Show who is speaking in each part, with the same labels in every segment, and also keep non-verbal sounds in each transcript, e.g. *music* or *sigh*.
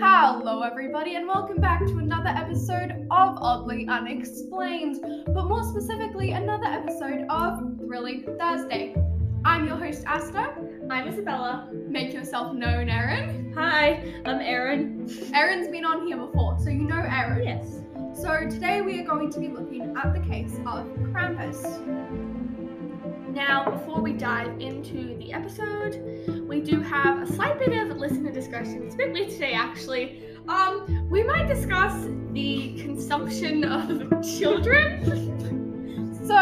Speaker 1: Hello, everybody, and welcome back to another episode of Oddly Unexplained, but more specifically, another episode of Thrilling Thursday. I'm your host, Asta.
Speaker 2: I'm Isabella.
Speaker 1: Make yourself known, Erin.
Speaker 2: Hi, I'm Erin.
Speaker 1: Erin's been on here before, so you know Erin.
Speaker 2: Yes.
Speaker 1: So today we are going to be looking at the case of Krampus.
Speaker 2: Now, before we dive into the episode, we do have a slight bit of listener discussion. It's a bit weird today, actually. Um, we might discuss the consumption of children.
Speaker 1: *laughs* So,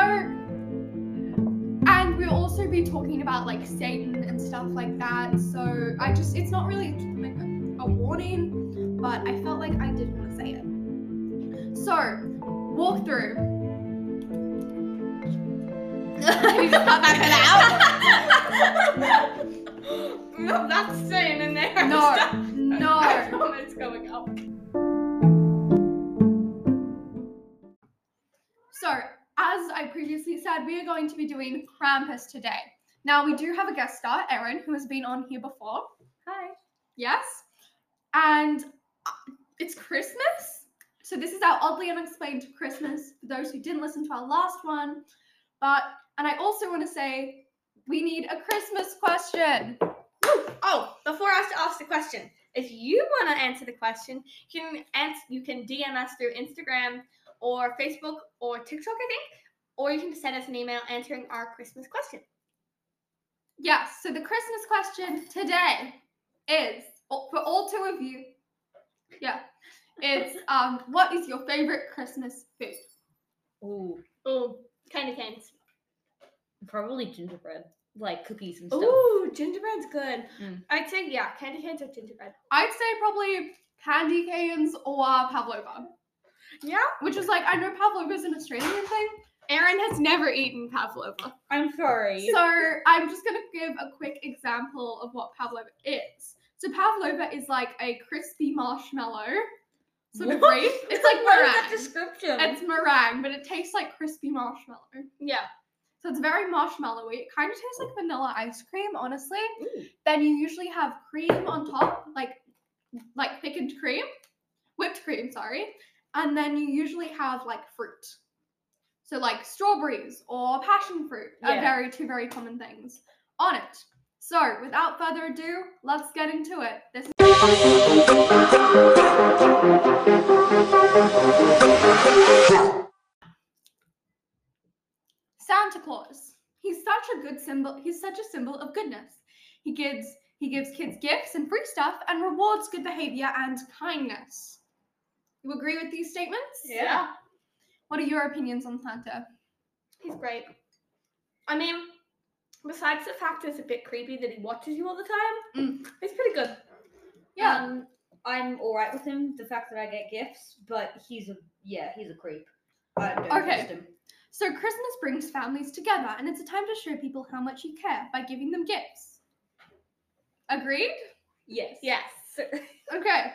Speaker 1: and we'll also be talking about like Satan and stuff like that. So I just, it's not really like a, a warning, but I felt like I did want to say it. So, walkthrough. We've got that
Speaker 2: *laughs* no, that's staying in there.
Speaker 1: bit
Speaker 2: *laughs*
Speaker 1: out. *laughs* No,
Speaker 3: *laughs*
Speaker 2: I
Speaker 1: no.
Speaker 2: promise it's going up.
Speaker 1: So, as I previously said, we are going to be doing Krampus today. Now, we do have a guest star, Erin, who has been on here before.
Speaker 2: Hi.
Speaker 1: Yes. And uh, it's Christmas. So this is our oddly unexplained Christmas for those who didn't listen to our last one. But and I also want to say we need a Christmas question.
Speaker 2: Oh, before us to ask the question, if you want to answer the question, you can ans- you can DM us through Instagram or Facebook or TikTok, I think, or you can just send us an email answering our Christmas question.
Speaker 1: Yes, so the Christmas question today is oh, for all two of you. Yeah.
Speaker 3: *laughs*
Speaker 1: It's um what is your favorite Christmas food?
Speaker 3: Ooh,
Speaker 2: Oh, candy canes.
Speaker 3: probably gingerbread, like cookies and stuff.
Speaker 2: Ooh, gingerbread's good.
Speaker 3: Mm.
Speaker 2: I'd say yeah, candy canes or gingerbread.
Speaker 1: I'd say probably candy canes or pavlova.
Speaker 2: Yeah.
Speaker 1: Which is like I know pavlova's an Australian thing. Aaron has never eaten pavlova.
Speaker 3: I'm sorry.
Speaker 1: So I'm just gonna give a quick example of what pavlova is. So pavlova is like a crispy marshmallow sort of
Speaker 3: What?
Speaker 1: wreath.
Speaker 3: *laughs*
Speaker 1: It's like
Speaker 3: what is that
Speaker 1: meringue.
Speaker 3: description?
Speaker 1: It's meringue, but it tastes like crispy marshmallow.
Speaker 2: Yeah.
Speaker 1: So it's very marshmallowy. It kind of tastes like vanilla ice cream, honestly. Then you usually have cream on top, like like thickened cream, whipped cream, sorry. And then you usually have like fruit. So like strawberries or passion fruit are
Speaker 3: Yeah.
Speaker 1: very two very common things on it. So without further ado, let's get into it. This Santa Claus. He's such a good symbol. He's such a symbol of goodness. He gives he gives kids gifts and free stuff and rewards good behavior and kindness. You agree with these statements?
Speaker 2: Yeah.
Speaker 1: What are your opinions on Santa?
Speaker 2: He's great. I mean, besides the fact it's a bit creepy that he watches you all the time, it's pretty good.
Speaker 1: Yeah.
Speaker 3: Um, I'm all right with him. The fact that I get gifts, but he's a yeah, he's a creep. I don't
Speaker 1: Okay.
Speaker 3: trust him.
Speaker 1: So Christmas brings families together and it's a time to show people how much you care by giving them gifts. Agreed?
Speaker 3: Yes.
Speaker 2: Yes.
Speaker 1: Okay.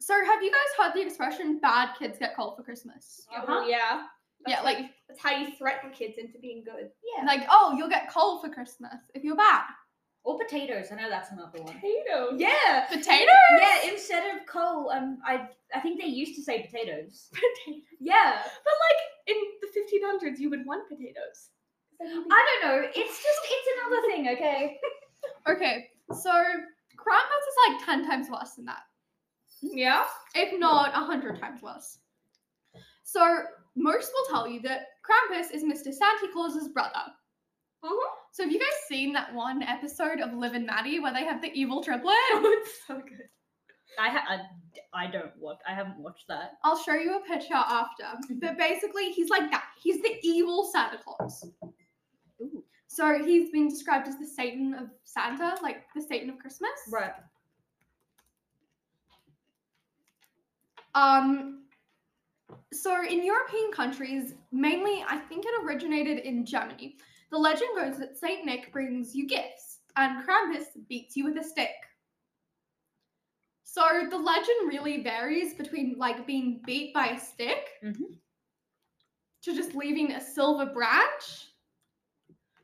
Speaker 1: So have you guys heard the expression bad kids get cold for Christmas?
Speaker 2: Oh, yeah.
Speaker 1: Yeah,
Speaker 2: That's
Speaker 1: like-
Speaker 2: how you- that's how you threaten kids into being good.
Speaker 3: Yeah.
Speaker 1: Like, oh, you'll get cold for Christmas if you're bad.
Speaker 3: Or potatoes. I know that's another one.
Speaker 2: *laughs* Potatoes.
Speaker 3: Yeah.
Speaker 1: Potato?
Speaker 3: Yeah. Instead of coal, um, I I think they used to say potatoes.
Speaker 2: Potatoes.
Speaker 3: *laughs* Yeah.
Speaker 2: But like in the 1500s, you would want potatoes.
Speaker 3: I don't know. It's just it's another thing. Okay.
Speaker 1: Okay. So Krampus is like 10 times worse than that.
Speaker 2: yeah. *laughs*
Speaker 1: if not a hundred times worse. So most will tell you that Krampus is Mr. Santa Claus's brother.
Speaker 2: Uh-huh.
Speaker 1: So have you guys seen that one episode of Liv and Maddie where they have the evil triplet?
Speaker 2: *laughs* Oh, it's so good.
Speaker 3: I ha- I, I don't watch. I haven't watched that.
Speaker 1: I'll show you a picture after.
Speaker 2: Mm-hmm.
Speaker 1: But basically, he's like that. He's the evil Santa Claus.
Speaker 3: Ooh.
Speaker 1: So he's been described as the Satan of Santa, like the Satan of Christmas.
Speaker 3: Right.
Speaker 1: Um, so in European countries, mainly I think it originated in Germany. The legend goes that Saint Nick brings you gifts and Krampus beats you with a stick. So the legend really varies between like being beat by a stick
Speaker 3: Mhm.
Speaker 1: to just leaving a silver branch.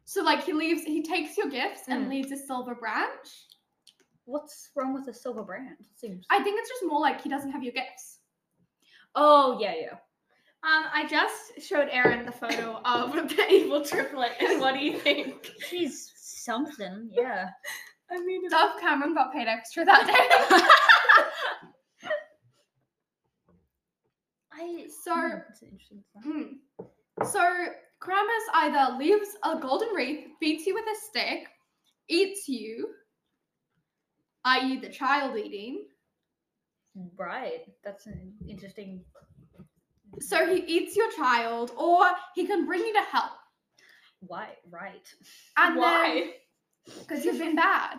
Speaker 1: So like he leaves he takes your gifts and
Speaker 3: Mm.
Speaker 1: leaves a silver branch.
Speaker 3: What's wrong with a silver brand? Seems.
Speaker 1: I think it's just more like he doesn't have your gifts.
Speaker 3: oh yeah, yeah.
Speaker 2: Um, I just showed Aaron the photo of *laughs* the evil triplet, and what do you think?
Speaker 3: She's something. *laughs* Yeah.
Speaker 2: I mean, it's
Speaker 1: Dove Cameron got paid extra that day.
Speaker 3: I.
Speaker 1: *laughs* So-
Speaker 3: hmm, that's an interesting fact.
Speaker 1: Mm. So Krampus either leaves a golden wreath, beats you with a stick, eats you, i.e., the child eating.
Speaker 3: Right. That's an interesting.
Speaker 1: So he eats your child, or he can bring you to hell.
Speaker 3: Why? Right.
Speaker 1: And
Speaker 2: why?
Speaker 1: Because you've been bad.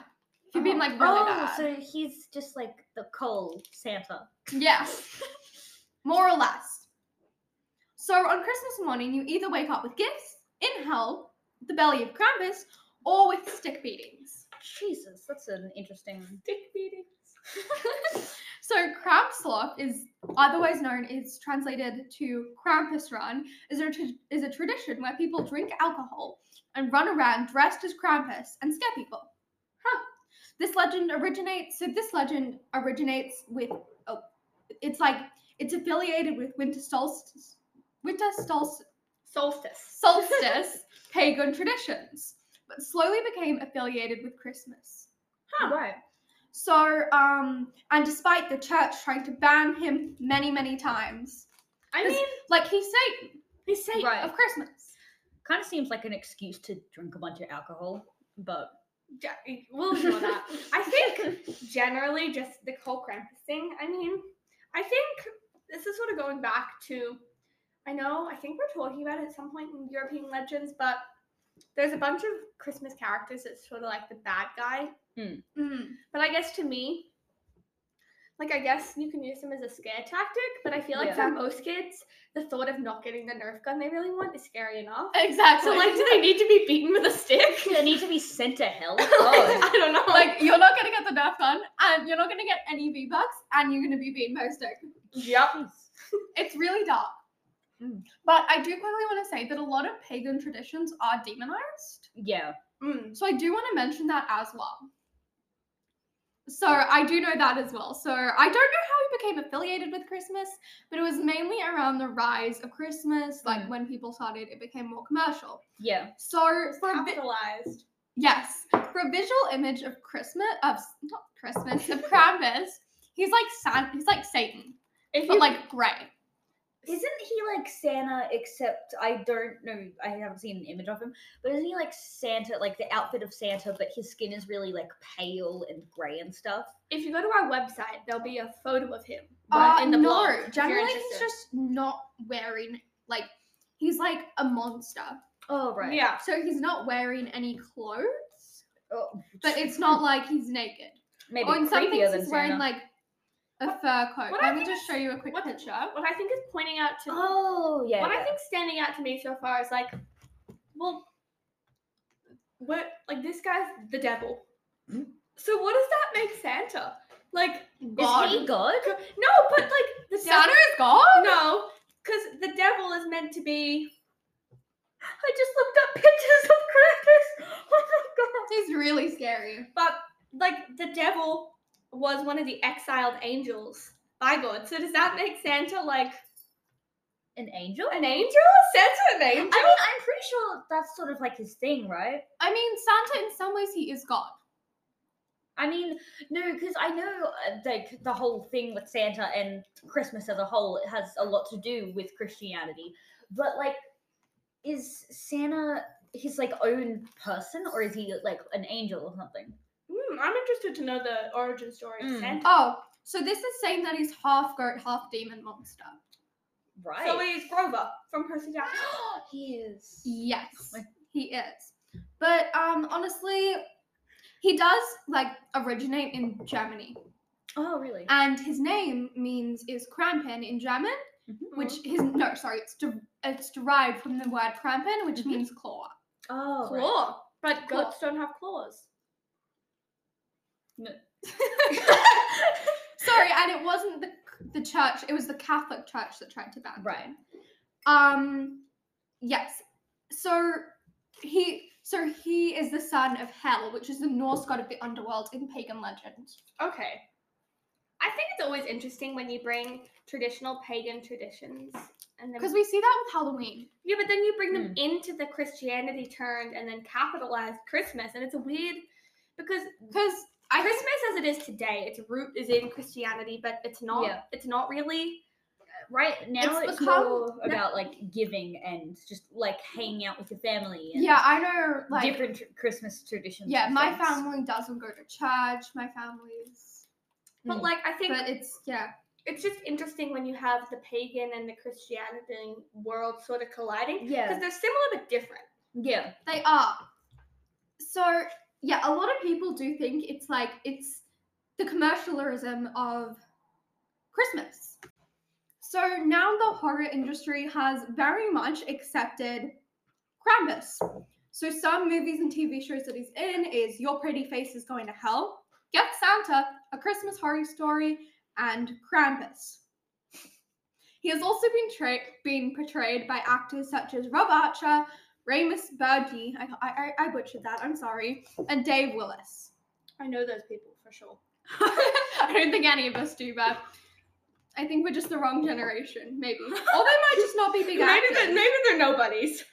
Speaker 1: You've been like really
Speaker 3: oh,
Speaker 1: bad.
Speaker 3: so he's just like the cold Santa.
Speaker 1: Yes. More or less. So on Christmas morning, you either wake up with gifts in hell, the belly of Krampus, or with stick beatings.
Speaker 3: Jesus, that's an interesting.
Speaker 2: Dick beatings.
Speaker 1: So Krampslop is otherwise known, it's translated to Krampus Run, is a, tra- is a tradition where people drink alcohol and run around dressed as Krampus and scare people. Huh. This legend originates, so this legend originates with, oh, it's like, it's affiliated with winter solstice, winter solstice,
Speaker 2: Solstice.
Speaker 1: solstice pagan traditions, but slowly became affiliated with Christmas.
Speaker 2: Huh.
Speaker 3: Right.
Speaker 1: So, um, and despite the church trying to ban him many, many times,
Speaker 2: I
Speaker 1: This-
Speaker 2: mean,
Speaker 1: like he's Satan
Speaker 2: he's Satan.
Speaker 3: Right.
Speaker 1: of Christmas.
Speaker 3: Kind of seems like an excuse to drink a bunch of alcohol, but
Speaker 1: *laughs*
Speaker 2: Ja- We'll ignore that. I think generally just the whole Krampus thing. I mean, I think this is sort of going back to. I know. I think we're talking about it at some point in European legends, but there's a bunch of Christmas characters that's sort of like the bad guy.
Speaker 1: Mm.
Speaker 2: But I guess to me, like I guess you can use them as a scare tactic. But I feel like
Speaker 3: Yeah.
Speaker 2: for most kids, the thought of not getting the Nerf gun they really want is scary enough.
Speaker 1: Exactly.
Speaker 2: So like,
Speaker 3: *laughs*
Speaker 2: do they need to be beaten with a stick?
Speaker 3: they need to be sent
Speaker 1: *laughs*
Speaker 3: to hell.
Speaker 2: *laughs*
Speaker 3: Oh.
Speaker 2: I don't know.
Speaker 1: like you're not gonna get the Nerf gun, and you're not gonna get any V bucks, and you're gonna be being posted.
Speaker 2: yep.
Speaker 1: It's really dark.
Speaker 3: Mm.
Speaker 1: But I do quickly want to say that a lot of pagan traditions are demonized.
Speaker 3: yeah.
Speaker 2: Mm.
Speaker 1: So I do want to mention that as well. So I do know that as well. So I don't know how he became affiliated with Christmas, but it was mainly around the rise of Christmas, like
Speaker 3: Mm.
Speaker 1: when people started, it became more commercial.
Speaker 3: Yeah.
Speaker 1: So for a bit,
Speaker 2: Capitalized.
Speaker 1: yes, for a visual image of Christmas, of s- not Christmas,
Speaker 2: *laughs*
Speaker 1: of Krampus, he's like San, he's like Satan,
Speaker 2: If
Speaker 1: but like gray.
Speaker 3: Isn't he like Santa? Except I don't know. I haven't seen an image of him, but isn't he like Santa? Like the outfit of Santa, but his skin is really like pale and gray and stuff.
Speaker 2: if you go to our website, there'll be a photo of him
Speaker 1: Uh,
Speaker 2: uh, in the
Speaker 1: no,
Speaker 2: blog. if you're
Speaker 1: generally he's
Speaker 2: interested.
Speaker 1: just not wearing like he's like a monster.
Speaker 3: Oh right.
Speaker 2: yeah.
Speaker 1: So he's not wearing any clothes,
Speaker 3: Oh,
Speaker 1: but it's not like he's naked.
Speaker 3: maybe
Speaker 1: Or in some
Speaker 3: creepier
Speaker 1: things
Speaker 3: than
Speaker 1: he's wearing
Speaker 3: Santa.
Speaker 1: like a fur coat.
Speaker 2: what I
Speaker 1: Let me
Speaker 2: think
Speaker 1: just show you a quick
Speaker 2: what-
Speaker 1: picture.
Speaker 2: What I think is pointing out to
Speaker 3: oh yeah.
Speaker 2: what
Speaker 3: yeah.
Speaker 2: I think's standing out to me so far is like, well, what like this guy's the devil.
Speaker 3: Hmm?
Speaker 2: So what does that make Santa? Like
Speaker 1: God.
Speaker 3: Is he God?
Speaker 2: no, but like the
Speaker 1: Santa
Speaker 2: devil.
Speaker 1: is God?
Speaker 2: No, because the devil is meant to be.
Speaker 3: I just looked up pictures of Krampus. Oh my god.
Speaker 1: He's really scary.
Speaker 2: But like the devil was one of the exiled angels by God. So does that make Santa like
Speaker 3: An angel?
Speaker 2: an angel? Santa an angel?
Speaker 3: I mean, I'm pretty sure that's sort of like his thing, right?
Speaker 1: I mean, Santa in some ways he is God.
Speaker 3: I mean, no, because I know uh, like the whole thing with Santa and Christmas as a whole it has a lot to do with Christianity, but like, is Santa his like own person or is he like an angel or something?
Speaker 2: Hmm, I'm interested to know the origin story of
Speaker 3: Mm.
Speaker 2: Santa.
Speaker 1: Oh, so this is saying that he's half goat, half demon monster.
Speaker 3: Right.
Speaker 2: So is Grover from Percy Jackson.
Speaker 3: *gasps* he is.
Speaker 1: Yes,
Speaker 3: Like-
Speaker 1: he is. But um, honestly, he does like originate in Germany,
Speaker 3: Oh, really?
Speaker 1: and his name means is Krampen in German, which his no, sorry, it's de- it's derived from the word Krampen, which
Speaker 3: Mhm.
Speaker 1: means claw.
Speaker 3: oh, right.
Speaker 2: claw. But
Speaker 1: Claw.
Speaker 2: goats don't have claws.
Speaker 3: *laughs*
Speaker 1: Sorry, and it wasn't the the church; it was the Catholic Church that tried to ban. him.
Speaker 3: Right.
Speaker 1: Um. Yes. So he So he is the son of Hel, which is the Norse god of the underworld in pagan legend.
Speaker 2: Okay. I think it's always interesting when you bring traditional pagan traditions and then
Speaker 1: Because we see that with Halloween.
Speaker 2: Yeah, but then you bring them into the Christianity turned and then capitalized Christmas and it's a weird because
Speaker 1: Because
Speaker 2: I, Christmas as it is today, its root is in Christianity, but it's not
Speaker 3: Yeah.
Speaker 2: it's not really
Speaker 3: Right now,
Speaker 1: It's
Speaker 3: it's,
Speaker 1: become-
Speaker 3: more about like giving and just like hanging out with your family. And
Speaker 1: yeah, I know like
Speaker 3: different tr- Christmas traditions.
Speaker 1: yeah,
Speaker 3: and
Speaker 1: my
Speaker 3: things.
Speaker 1: family doesn't go to church. My family's
Speaker 2: but
Speaker 3: Mm.
Speaker 2: like I think
Speaker 1: but it's yeah.
Speaker 2: it's just interesting when you have the pagan and the Christianity world sort of colliding. Because
Speaker 3: Yeah,
Speaker 2: they're similar but different.
Speaker 3: yeah,
Speaker 1: They are. So yeah, a lot of people do think it's like it's the commercialism of Christmas. So now the horror industry has very much accepted Krampus. So some movies and TV shows that he's in is Your Pretty Face is Going to Hell, Get Santa, A Christmas Horror Story, and Krampus. He has also been tra- been portrayed by actors such as Rob Archer, Ramus Burgi, I, I, I butchered that, I'm sorry, and Dave Willis. *laughs*
Speaker 2: I know those people for sure.
Speaker 1: I don't think any of us do, but I think we're just the wrong generation, maybe. Or they might just not be big
Speaker 2: maybe, they're,
Speaker 1: actors.
Speaker 2: maybe they're nobodies.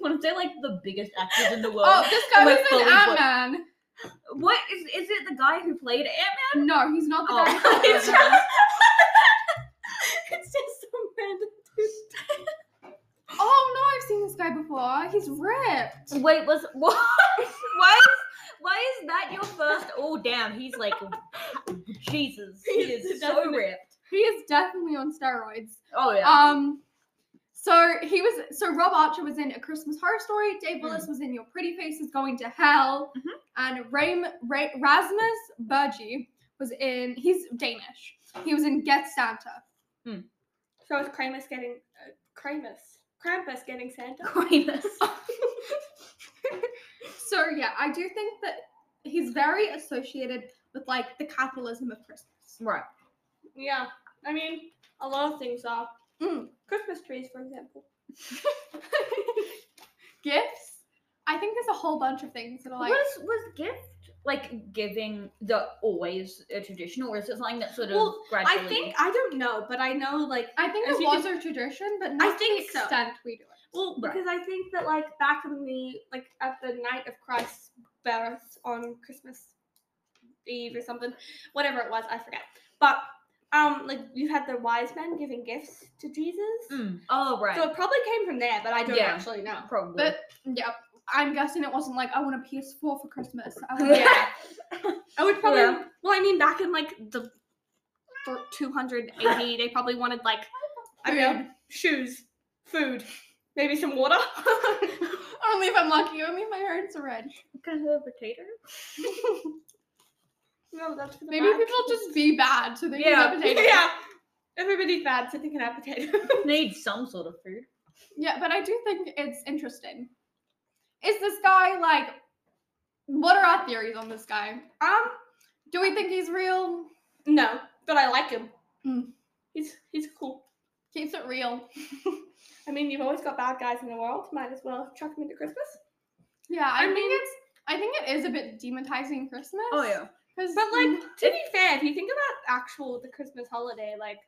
Speaker 3: One of they're like the biggest actors in the world.
Speaker 1: Oh, this guy was
Speaker 3: Let's
Speaker 1: in
Speaker 3: fully put-
Speaker 1: Ant-Man.
Speaker 3: What is is it? The guy who played Oh. Ant
Speaker 1: No, he's not the
Speaker 2: Oh.
Speaker 3: Man?
Speaker 1: guy. who played
Speaker 3: it's *laughs*
Speaker 2: *laughs*
Speaker 1: Ant-Man.
Speaker 3: just,
Speaker 2: it's just some random dude.
Speaker 1: Oh, no, I've seen this guy before. He's ripped.
Speaker 3: wait, was *laughs* what? Why is why is that your first? Oh damn, he's like Jesus. He
Speaker 1: He's
Speaker 3: is so
Speaker 1: definitely-
Speaker 3: ripped.
Speaker 1: He is definitely on steroids.
Speaker 3: Oh yeah.
Speaker 1: Um, so he was. So Rob Archer was in A Christmas Horror Story.
Speaker 2: Hmm.
Speaker 1: Dave Willis was in Your Pretty Face is Going to Hell,
Speaker 2: Mm-hmm.
Speaker 3: Mhm.
Speaker 1: and Ram, Ra- Rasmus Burgi was in. He's Danish. He was in Get Santa.
Speaker 2: So is Kramus getting uh, Kramus? Krampus getting Santa?
Speaker 3: Aquinas.
Speaker 1: So yeah, I do think that he's very associated with like the capitalism of Christmas.
Speaker 3: right.
Speaker 2: Yeah, I mean, a lot of things are.
Speaker 1: Mm.
Speaker 2: Christmas trees, for example.
Speaker 1: Gifts. I think there's a whole bunch of things that are like.
Speaker 3: was was gift like giving the always a tradition, or is it something that sort of
Speaker 2: Well,
Speaker 3: gradually?
Speaker 2: *laughs* I think I don't know, but I know like
Speaker 1: I think
Speaker 2: I
Speaker 1: it
Speaker 2: think
Speaker 1: was a tradition, but not to
Speaker 2: think
Speaker 1: the
Speaker 2: so.
Speaker 1: extent we do it.
Speaker 2: well
Speaker 3: Right.
Speaker 2: because I think that like back in the like at the night of Christ's birth on Christmas Eve or something, whatever it was, I forget. But um, like you had the wise men giving gifts to Jesus,
Speaker 3: Mm. Oh right.
Speaker 2: so it probably came from there, but I don't
Speaker 3: Yeah.
Speaker 2: actually know.
Speaker 3: Probably.
Speaker 1: But
Speaker 2: *laughs*
Speaker 1: yeah, I'm guessing it wasn't like I want a PS4 for Christmas.
Speaker 2: *laughs*
Speaker 1: I want
Speaker 2: Yeah. I would probably.
Speaker 3: Yeah.
Speaker 2: Well, I mean, back in like the thir- 280, they probably wanted like, I mean, shoes, food, maybe some water. *laughs*
Speaker 1: only if I'm lucky. Only if my parents are red.
Speaker 3: Can I have a *laughs* potato?
Speaker 2: no, that's for the
Speaker 1: Maybe
Speaker 2: back.
Speaker 1: people just be bad so they can
Speaker 3: Yeah,
Speaker 1: have potatoes.
Speaker 2: *laughs* yeah. Everybody's bad, so they can have potatoes.
Speaker 3: Need some sort of food.
Speaker 1: Yeah, but I do think it's interesting. Is this guy like? What are our theories on this guy?
Speaker 2: *laughs* um,
Speaker 1: Do we think he's real?
Speaker 2: no, but I like him.
Speaker 3: Hmm.
Speaker 1: Mm.
Speaker 2: He's he's cool.
Speaker 1: Keeps it real.
Speaker 2: I mean, you've always got bad guys in the world. Might as well chuck them into Christmas.
Speaker 1: Yeah, I,
Speaker 2: I
Speaker 1: think
Speaker 2: mean-
Speaker 1: it's. I think it is a bit demonizing Christmas.
Speaker 2: Oh,
Speaker 1: Because
Speaker 2: But
Speaker 3: Hmm.
Speaker 2: like, to be fair, if you think about actual the Christmas holiday, like,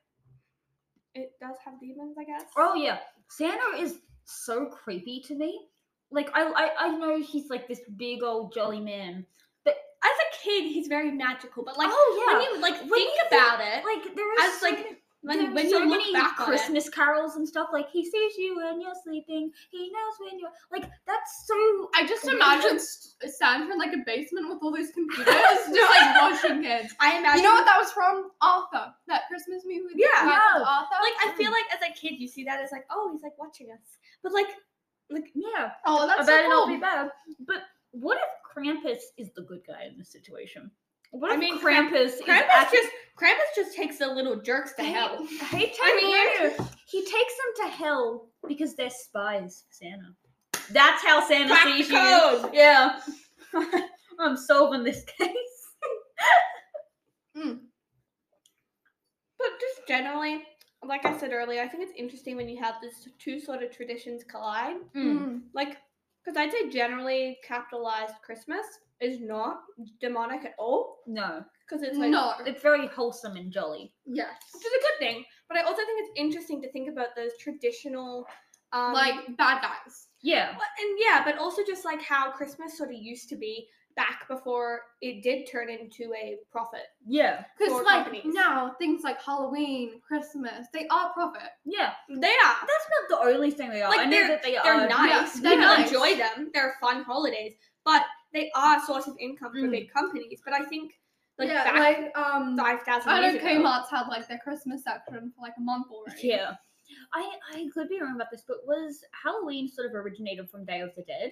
Speaker 2: it does have demons, I guess.
Speaker 3: Oh yeah. Santa is so creepy to me. Like I, I I know he's like this big old jolly man.
Speaker 2: as a kid, he's very magical, but like
Speaker 3: oh
Speaker 2: when you like
Speaker 3: When
Speaker 2: think
Speaker 3: you
Speaker 2: about it,
Speaker 3: like there is
Speaker 2: as,
Speaker 3: so
Speaker 2: like,
Speaker 3: many- there
Speaker 2: when,
Speaker 3: are
Speaker 2: when
Speaker 3: so
Speaker 2: you
Speaker 3: many
Speaker 2: look back on it,
Speaker 3: Christmas carols and stuff, like he sees you when you're sleeping, he knows when you're like that's
Speaker 2: *laughs*
Speaker 3: so
Speaker 1: I just imagine S- Santa in like a basement with all those
Speaker 2: *laughs*
Speaker 1: computers, just like watching kids.
Speaker 2: I imagine.
Speaker 1: You know what that was from? Arthur. That Christmas movie with
Speaker 2: Yeah.
Speaker 1: the guy called
Speaker 3: Yeah.
Speaker 1: Arthur.
Speaker 2: like I
Speaker 3: Hmm.
Speaker 2: feel like as a kid, you see that as like, oh, he's like watching us, but like, like
Speaker 3: yeah.
Speaker 1: oh, that's
Speaker 3: I better
Speaker 1: so
Speaker 3: not
Speaker 1: cool.
Speaker 3: be bad. But what if Krampus is the good guy in this situation? What
Speaker 2: I
Speaker 3: if
Speaker 2: mean, Kramp-
Speaker 3: Krampus, is
Speaker 2: Krampus
Speaker 3: actually-
Speaker 2: just Krampus just takes the little jerks to hell.
Speaker 3: He takes,
Speaker 2: I
Speaker 3: no, he takes them to hell because they're spies for Santa. That's how Santa
Speaker 2: Crack
Speaker 3: sees
Speaker 2: the
Speaker 3: you.
Speaker 2: code.
Speaker 3: Yeah. *laughs* I'm solving this case.
Speaker 2: But just generally, like Hmm.
Speaker 3: Hmm.
Speaker 2: I said earlier, I think it's interesting when you have these two sort of traditions collide.
Speaker 1: Mm.
Speaker 2: Like Because I'd say generally capitalized Christmas is not demonic at all.
Speaker 3: No,
Speaker 2: Because it's like
Speaker 1: no.
Speaker 3: it's very wholesome and jolly.
Speaker 1: Yes.
Speaker 2: which is a good thing. But I also think it's interesting to think about those traditional, um,
Speaker 1: like bad guys.
Speaker 3: Yeah,
Speaker 2: Well, and yeah, but also just like how Christmas sort of used to be back before it did turn into a profit.
Speaker 3: yeah,
Speaker 1: Because
Speaker 2: for
Speaker 1: like
Speaker 2: companies.
Speaker 1: now things like Halloween, Christmas, they are profit.
Speaker 3: yeah.
Speaker 2: They are.
Speaker 3: That's not the only thing they are.
Speaker 2: Like,
Speaker 3: I know
Speaker 2: they're-
Speaker 3: that they
Speaker 2: They're
Speaker 3: are.
Speaker 1: yeah,
Speaker 2: nice. we
Speaker 1: they're
Speaker 2: can
Speaker 1: nice.
Speaker 2: enjoy them. They're fun holidays, but they are a source of income for
Speaker 1: Mm.
Speaker 2: big companies. But I think like
Speaker 1: yeah,
Speaker 2: back
Speaker 1: like um,
Speaker 2: five thousand
Speaker 1: I
Speaker 2: years
Speaker 1: know
Speaker 2: ago,
Speaker 1: Kmart's had like their Christmas section for like a month already.
Speaker 3: Yeah. I, I could be wrong about this, but was Halloween sort of originated from Day of the Dead?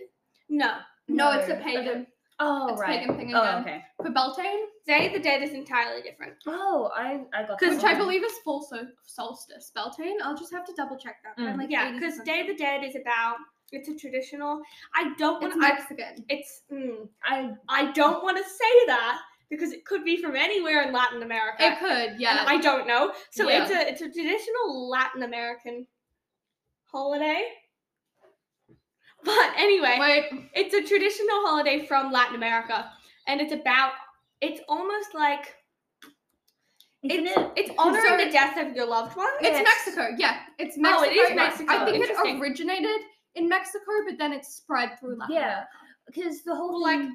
Speaker 2: no.
Speaker 1: No, it's a
Speaker 3: No,
Speaker 1: pagan.
Speaker 3: Oh,
Speaker 1: it's a
Speaker 3: right.
Speaker 1: pagan thing again.
Speaker 3: Oh, okay.
Speaker 1: For Beltane,
Speaker 2: Day of the Dead is entirely different.
Speaker 3: Oh, I, I got that
Speaker 1: which
Speaker 3: wrong.
Speaker 1: I believe is full so- solstice. Beltane, I'll just have to double check that. but I'm
Speaker 3: Mm.
Speaker 1: like
Speaker 2: yeah,
Speaker 1: 80%
Speaker 2: because Day of the Dead is about it's a traditional. I don't want
Speaker 1: It's
Speaker 2: to.
Speaker 1: Mexican.
Speaker 2: It's mm,
Speaker 3: I
Speaker 2: I don't want to say that because it could be from anywhere in Latin America.
Speaker 1: It could, yeah.
Speaker 2: And I don't know. So
Speaker 1: Yeah.
Speaker 2: it's a it's a traditional Latin American holiday. But anyway,
Speaker 1: Wait,
Speaker 2: it's a traditional holiday from Latin America, and it's about it's almost like
Speaker 3: isn't
Speaker 2: it's
Speaker 3: it?
Speaker 2: it's honoring
Speaker 1: so-
Speaker 2: the death of your loved one.
Speaker 1: it's
Speaker 3: Yes.
Speaker 1: Mexico. Yeah, it's Mexico.
Speaker 2: Oh, it is
Speaker 1: but I
Speaker 2: Mexico,
Speaker 1: think it
Speaker 2: interesting.
Speaker 1: originated in Mexico, but then it's spread through Latin.
Speaker 3: Yeah, because the whole
Speaker 2: Like-
Speaker 3: like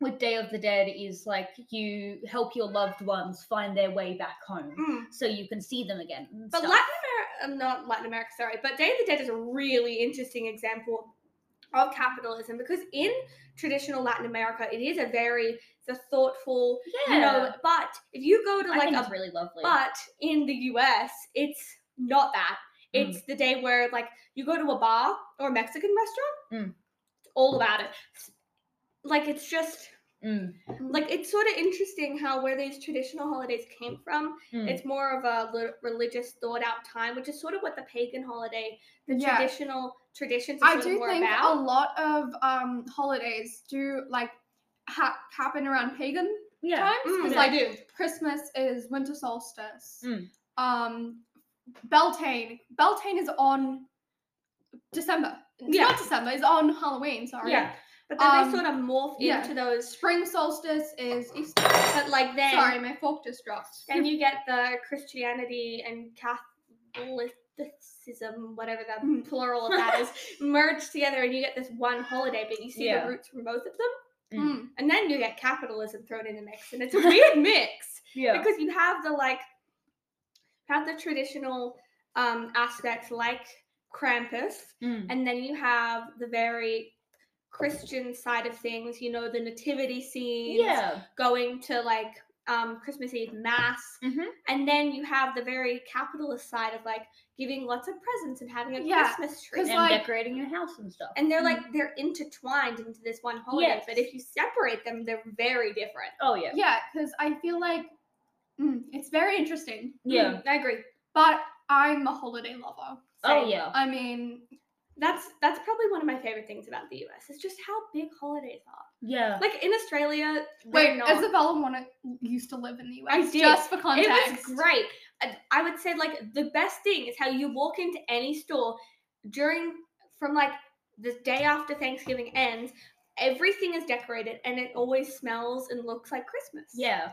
Speaker 3: with Day of the Dead is like you help your loved ones find their way back home
Speaker 2: Mm.
Speaker 3: so you can see them again. and
Speaker 2: But
Speaker 3: stuff.
Speaker 2: Latin America, not Latin America, sorry, but Day of the Dead is a really interesting example of capitalism because in traditional Latin America, it is a very the thoughtful,
Speaker 3: yeah,
Speaker 2: you know. But if you go to
Speaker 3: I
Speaker 2: like
Speaker 3: think
Speaker 2: a
Speaker 3: it's really lovely.
Speaker 2: But in the US, it's not that.
Speaker 3: Mm.
Speaker 2: It's the day where like you go to a bar or a Mexican restaurant.
Speaker 3: Mm.
Speaker 2: It's all about it. Like it's just
Speaker 3: Mm,
Speaker 2: like it's sort of interesting how where these traditional holidays came from.
Speaker 3: mm.
Speaker 2: It's more of a li- religious thought out time, which is sort of what the pagan holiday, the
Speaker 1: Yeah.
Speaker 2: traditional traditions is
Speaker 1: I
Speaker 2: sort of
Speaker 1: do
Speaker 2: more
Speaker 1: think
Speaker 2: about.
Speaker 1: a lot of um holidays do like ha- happen around pagan
Speaker 3: yeah.
Speaker 1: times
Speaker 2: Mm,
Speaker 1: because
Speaker 2: I
Speaker 1: like
Speaker 2: do.
Speaker 1: Christmas is winter solstice.
Speaker 3: Mm.
Speaker 1: Um, Beltane. Beltane is on December. It's
Speaker 2: Yeah.
Speaker 1: Not December. It's on Halloween. oh, Sorry.
Speaker 2: Yeah. But then
Speaker 1: Um,
Speaker 2: they sort of morph
Speaker 1: yeah.
Speaker 2: into those
Speaker 1: Spring solstice is Easter.
Speaker 2: but like then
Speaker 1: Sorry, my fork just dropped.
Speaker 2: Then you get the Christianity and Catholicism, whatever the
Speaker 1: Mm.
Speaker 2: plural of that
Speaker 3: *laughs*
Speaker 2: is, merged together, and you get this one holiday, but you see
Speaker 3: Yeah.
Speaker 2: the roots from both of them.
Speaker 1: Mm.
Speaker 2: And then you get capitalism thrown in the
Speaker 3: *laughs*
Speaker 2: mix, and it's a weird mix
Speaker 3: yeah.
Speaker 2: because you have the like, you have the traditional um, aspects like Krampus,
Speaker 3: Mm.
Speaker 2: and then you have the very Christian side of things, you know, the nativity scenes,
Speaker 3: Yeah.
Speaker 2: going to like um, Christmas Eve mass,
Speaker 3: Mhm.
Speaker 2: and then you have the very capitalist side of like giving lots of presents and having a
Speaker 1: Yeah,
Speaker 2: Christmas tree.
Speaker 1: 'cause,
Speaker 3: And
Speaker 2: And,
Speaker 1: like-
Speaker 3: decorating your house and stuff.
Speaker 2: and they're like they're intertwined into this one holiday,
Speaker 3: Yes.
Speaker 2: but if you separate them, they're very different.
Speaker 3: oh yeah.
Speaker 1: Yeah, because I feel like mm, it's very interesting.
Speaker 3: Yeah.
Speaker 2: Mm, I agree.
Speaker 1: But I'm a holiday lover.
Speaker 3: Oh
Speaker 2: Same.
Speaker 3: yeah.
Speaker 1: I mean,
Speaker 2: That's that's probably one of my favorite things about the US is just how big holidays are.
Speaker 3: Yeah.
Speaker 2: Like in Australia, they're
Speaker 1: wait,
Speaker 2: not.
Speaker 1: Isabella wanted, used to live in the US.
Speaker 2: I did.
Speaker 1: Just for
Speaker 2: It
Speaker 1: context.
Speaker 2: was great. And I would say like the best thing is how you walk into any store during from like the day after Thanksgiving ends. Everything is decorated and it always smells and looks like Christmas.
Speaker 3: yeah.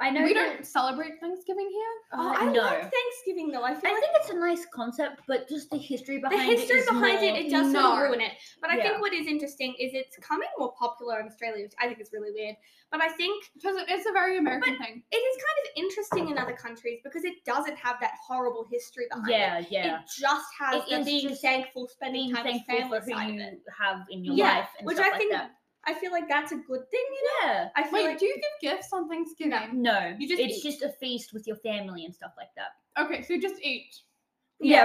Speaker 3: I know
Speaker 1: we
Speaker 3: that-
Speaker 1: don't celebrate Thanksgiving here.
Speaker 2: Oh,
Speaker 3: uh,
Speaker 2: I
Speaker 3: no.
Speaker 2: love Thanksgiving though. I feel
Speaker 3: I
Speaker 2: like
Speaker 3: think it's a nice concept, but just the history
Speaker 2: the
Speaker 3: behind it.
Speaker 2: history
Speaker 3: is
Speaker 2: behind
Speaker 3: more-
Speaker 2: it it does sort
Speaker 1: No.
Speaker 2: of ruin it. But I
Speaker 3: Yeah.
Speaker 2: think what is interesting is it's coming more popular in Australia, which I think is really weird. But I think
Speaker 1: Because it is a very American thing.
Speaker 2: it is kind of interesting in other countries because it doesn't have that horrible history behind it.
Speaker 3: Yeah, yeah.
Speaker 2: It just has
Speaker 3: It
Speaker 2: the
Speaker 3: is
Speaker 2: being
Speaker 3: just
Speaker 2: thankful, spending
Speaker 3: being
Speaker 2: time with
Speaker 3: thankful
Speaker 2: family
Speaker 3: for who
Speaker 2: side of
Speaker 3: you
Speaker 2: it.
Speaker 3: have in your
Speaker 2: Yeah,
Speaker 3: life and
Speaker 2: which
Speaker 3: stuff
Speaker 2: I
Speaker 3: like
Speaker 2: think
Speaker 3: that.
Speaker 2: I feel like that's a good thing. You
Speaker 3: Yeah.
Speaker 2: know, I feel
Speaker 1: Wait,
Speaker 2: like
Speaker 1: do you give gifts on Thanksgiving?
Speaker 3: No,
Speaker 2: You just
Speaker 3: it's
Speaker 2: eat.
Speaker 3: just a feast with your family and stuff like that.
Speaker 1: Okay, so just eat.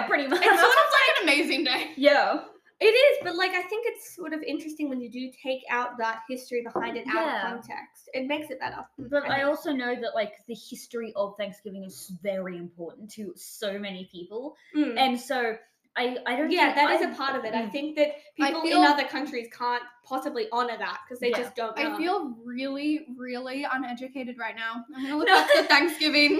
Speaker 3: pretty much. *laughs*
Speaker 1: That sounds like *laughs* an amazing day.
Speaker 3: yeah,
Speaker 2: it is, but like I think it's sort of interesting when you do take out that history behind it out
Speaker 3: Yeah.
Speaker 2: of context. It makes it better.
Speaker 3: but
Speaker 2: I
Speaker 3: I also know that like the history of Thanksgiving is very important to so many people,
Speaker 2: Mm.
Speaker 3: and so I I don't.
Speaker 2: yeah,
Speaker 3: think
Speaker 2: that
Speaker 3: I,
Speaker 2: is a part of it. I
Speaker 3: Mm.
Speaker 2: think that
Speaker 1: I
Speaker 2: people
Speaker 1: feel-
Speaker 2: in other countries can't possibly honor that because they
Speaker 3: Yeah.
Speaker 2: just don't. Know.
Speaker 1: I feel really, really uneducated right now. I'm gonna look up the Thanksgiving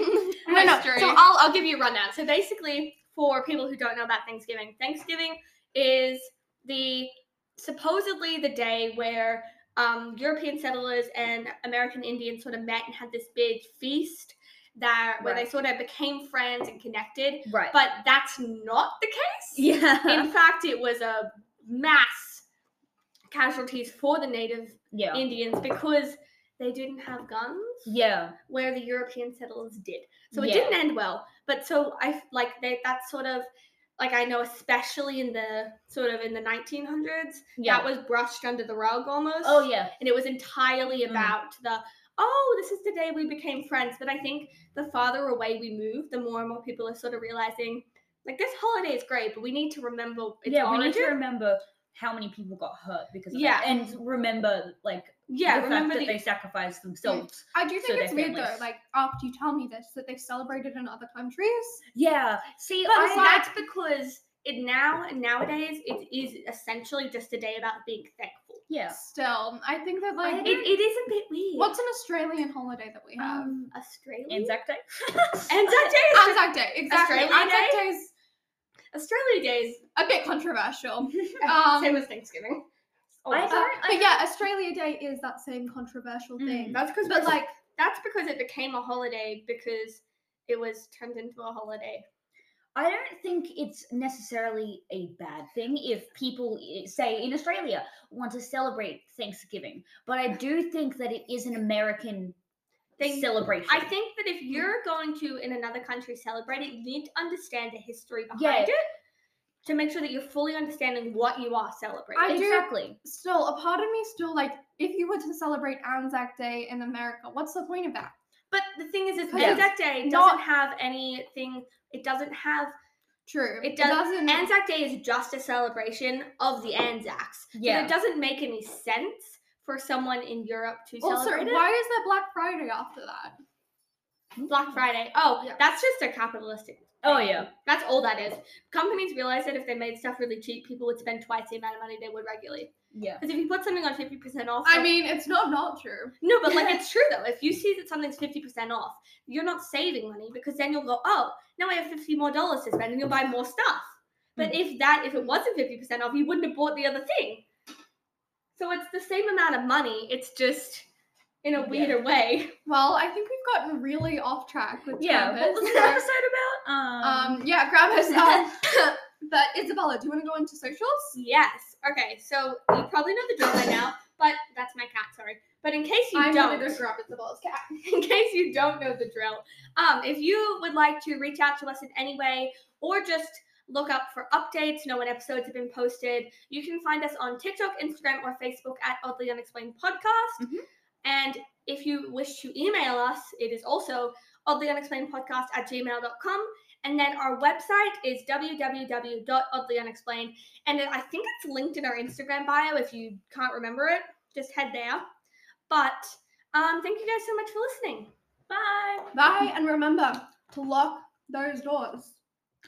Speaker 2: No, no.
Speaker 1: history.
Speaker 2: So I'll, I'll give you a rundown. So basically, for people who don't know about Thanksgiving, Thanksgiving is the supposedly the day where um, European settlers and American Indians sort of met and had this big feast that where they
Speaker 3: Right.
Speaker 2: sort of became friends and connected.
Speaker 3: Right.
Speaker 2: But that's not the case.
Speaker 3: *laughs* yeah.
Speaker 2: In fact, it was a mass casualties for the native
Speaker 3: yeah.
Speaker 2: Indians because they didn't have guns
Speaker 3: yeah.
Speaker 2: where the European settlers did. So it
Speaker 3: Yeah.
Speaker 2: didn't end well. But so I f- like they, that sort of like I know especially in the sort of in the 1900s
Speaker 3: Yeah.
Speaker 2: that was brushed under the rug almost.
Speaker 3: oh yeah.
Speaker 2: And it was entirely
Speaker 3: Mm.
Speaker 2: about the oh this is the day we became friends. But I think the farther away we move, the more and more people are sort of realizing like this holiday is great, but we need to remember its
Speaker 3: yeah. We need
Speaker 2: origin.
Speaker 3: to remember how many people got hurt because of
Speaker 2: Yeah.
Speaker 3: that. and remember like
Speaker 2: yeah,
Speaker 3: the
Speaker 2: remember
Speaker 3: fact
Speaker 2: the
Speaker 3: that they sacrificed themselves.
Speaker 1: I do
Speaker 3: So
Speaker 1: think
Speaker 3: their
Speaker 1: it's weird though,
Speaker 3: families-
Speaker 1: like after you tell me this, that they've celebrated in other countries.
Speaker 3: Yeah. See,
Speaker 2: But
Speaker 3: I,
Speaker 2: that's because it now nowadays it is essentially just a day about being thankful.
Speaker 3: yeah.
Speaker 1: Still, I think that
Speaker 2: Like
Speaker 1: like
Speaker 2: it, it is a bit weird.
Speaker 1: what's an Australian holiday that we have?
Speaker 2: um, Australia? *laughs*
Speaker 3: Anzac Day. *laughs*
Speaker 2: Anzac Day. is-
Speaker 1: Anzac Day,
Speaker 2: *laughs*
Speaker 1: exactly.
Speaker 2: Australia
Speaker 1: Anzac
Speaker 2: Day?
Speaker 1: Day's
Speaker 2: Australia Day *laughs* is
Speaker 1: a bit
Speaker 2: *laughs*
Speaker 1: controversial.
Speaker 2: um,
Speaker 1: Um,
Speaker 2: same as Thanksgiving.
Speaker 3: I
Speaker 2: Always.
Speaker 1: Uh,
Speaker 3: don't. I
Speaker 1: but yeah, Australia Day is that same controversial thing.
Speaker 2: that's because
Speaker 1: But like,
Speaker 2: that's because it became a holiday because it was turned into a holiday.
Speaker 3: I don't think it's necessarily a bad thing if people, i- say in Australia, want to celebrate Thanksgiving. But I do think that it is an American
Speaker 2: Thing-
Speaker 3: celebration.
Speaker 2: I think that if you're going to in another country celebrate it, you need to understand the history behind
Speaker 3: Yeah.
Speaker 2: it to make sure that you're fully understanding what you are celebrating.
Speaker 1: I do-
Speaker 3: exactly.
Speaker 1: still, a part of me still like, if you were to celebrate Anzac Day in America, what's the point of that?
Speaker 2: But the thing is, is
Speaker 1: Yeah.
Speaker 2: Anzac Day doesn't
Speaker 1: Not-
Speaker 2: have anything. It doesn't have
Speaker 1: True,
Speaker 2: It does-
Speaker 1: doesn't.
Speaker 2: Anzac Day is just a celebration of the Anzacs. So
Speaker 3: Yeah.
Speaker 2: it doesn't make any sense for someone in Europe to
Speaker 1: also, why is
Speaker 2: celebrate it.
Speaker 1: there Black Friday after that?
Speaker 2: Black
Speaker 3: Mm-hmm.
Speaker 2: Friday. Oh,
Speaker 1: Yeah.
Speaker 2: that's just a capitalistic.
Speaker 3: Oh
Speaker 2: thing.
Speaker 3: yeah.
Speaker 2: That's all that is. Companies realize that if they made stuff really cheap, people would spend twice the amount of money they would regularly.
Speaker 3: Yeah.
Speaker 2: Because if you put something on fifty percent off,
Speaker 1: I
Speaker 2: like-
Speaker 1: mean, it's not not true.
Speaker 2: no, but like it's true though. If you see that something's fifty percent off, you're not saving money because then you'll go, oh, now I have fifty more dollars to spend, and you'll buy more stuff. But
Speaker 1: Hmm.
Speaker 2: if that, if it wasn't fifty percent off, you wouldn't have bought the other thing. So it's the same amount of money. It's just in a
Speaker 3: Yeah.
Speaker 2: weirder way.
Speaker 1: Well, I think we've gotten really off track with
Speaker 3: Yeah. What
Speaker 1: Krampus,
Speaker 3: was the
Speaker 1: so-
Speaker 3: episode about? *laughs* Um.
Speaker 1: *laughs* um, yeah, Krampus. Um,
Speaker 2: *laughs*
Speaker 1: *laughs* but Isabella, do you want to go into socials?
Speaker 2: Yes. Okay. So you probably know the drill by now, but that's my cat. Sorry. But in case you
Speaker 1: I'm
Speaker 2: don't,
Speaker 1: gonna go grab Isabella's cat.
Speaker 2: *laughs* in case you don't know the drill, um, if you would like to reach out to us in any way or just look up for updates, know when episodes have been posted, you can find us on TikTok, Instagram, or Facebook at Oddly Unexplained Podcast.
Speaker 1: Mhm.
Speaker 2: And if you wish to email us, it is also oddlyunexplainedpodcast at gmail.com. And then our website is www.oddlyunexplained. And I think it's linked in our Instagram bio. If you can't remember it, just head there. But um, thank you guys so much for listening.
Speaker 3: Bye.
Speaker 1: Bye, and remember to lock those doors.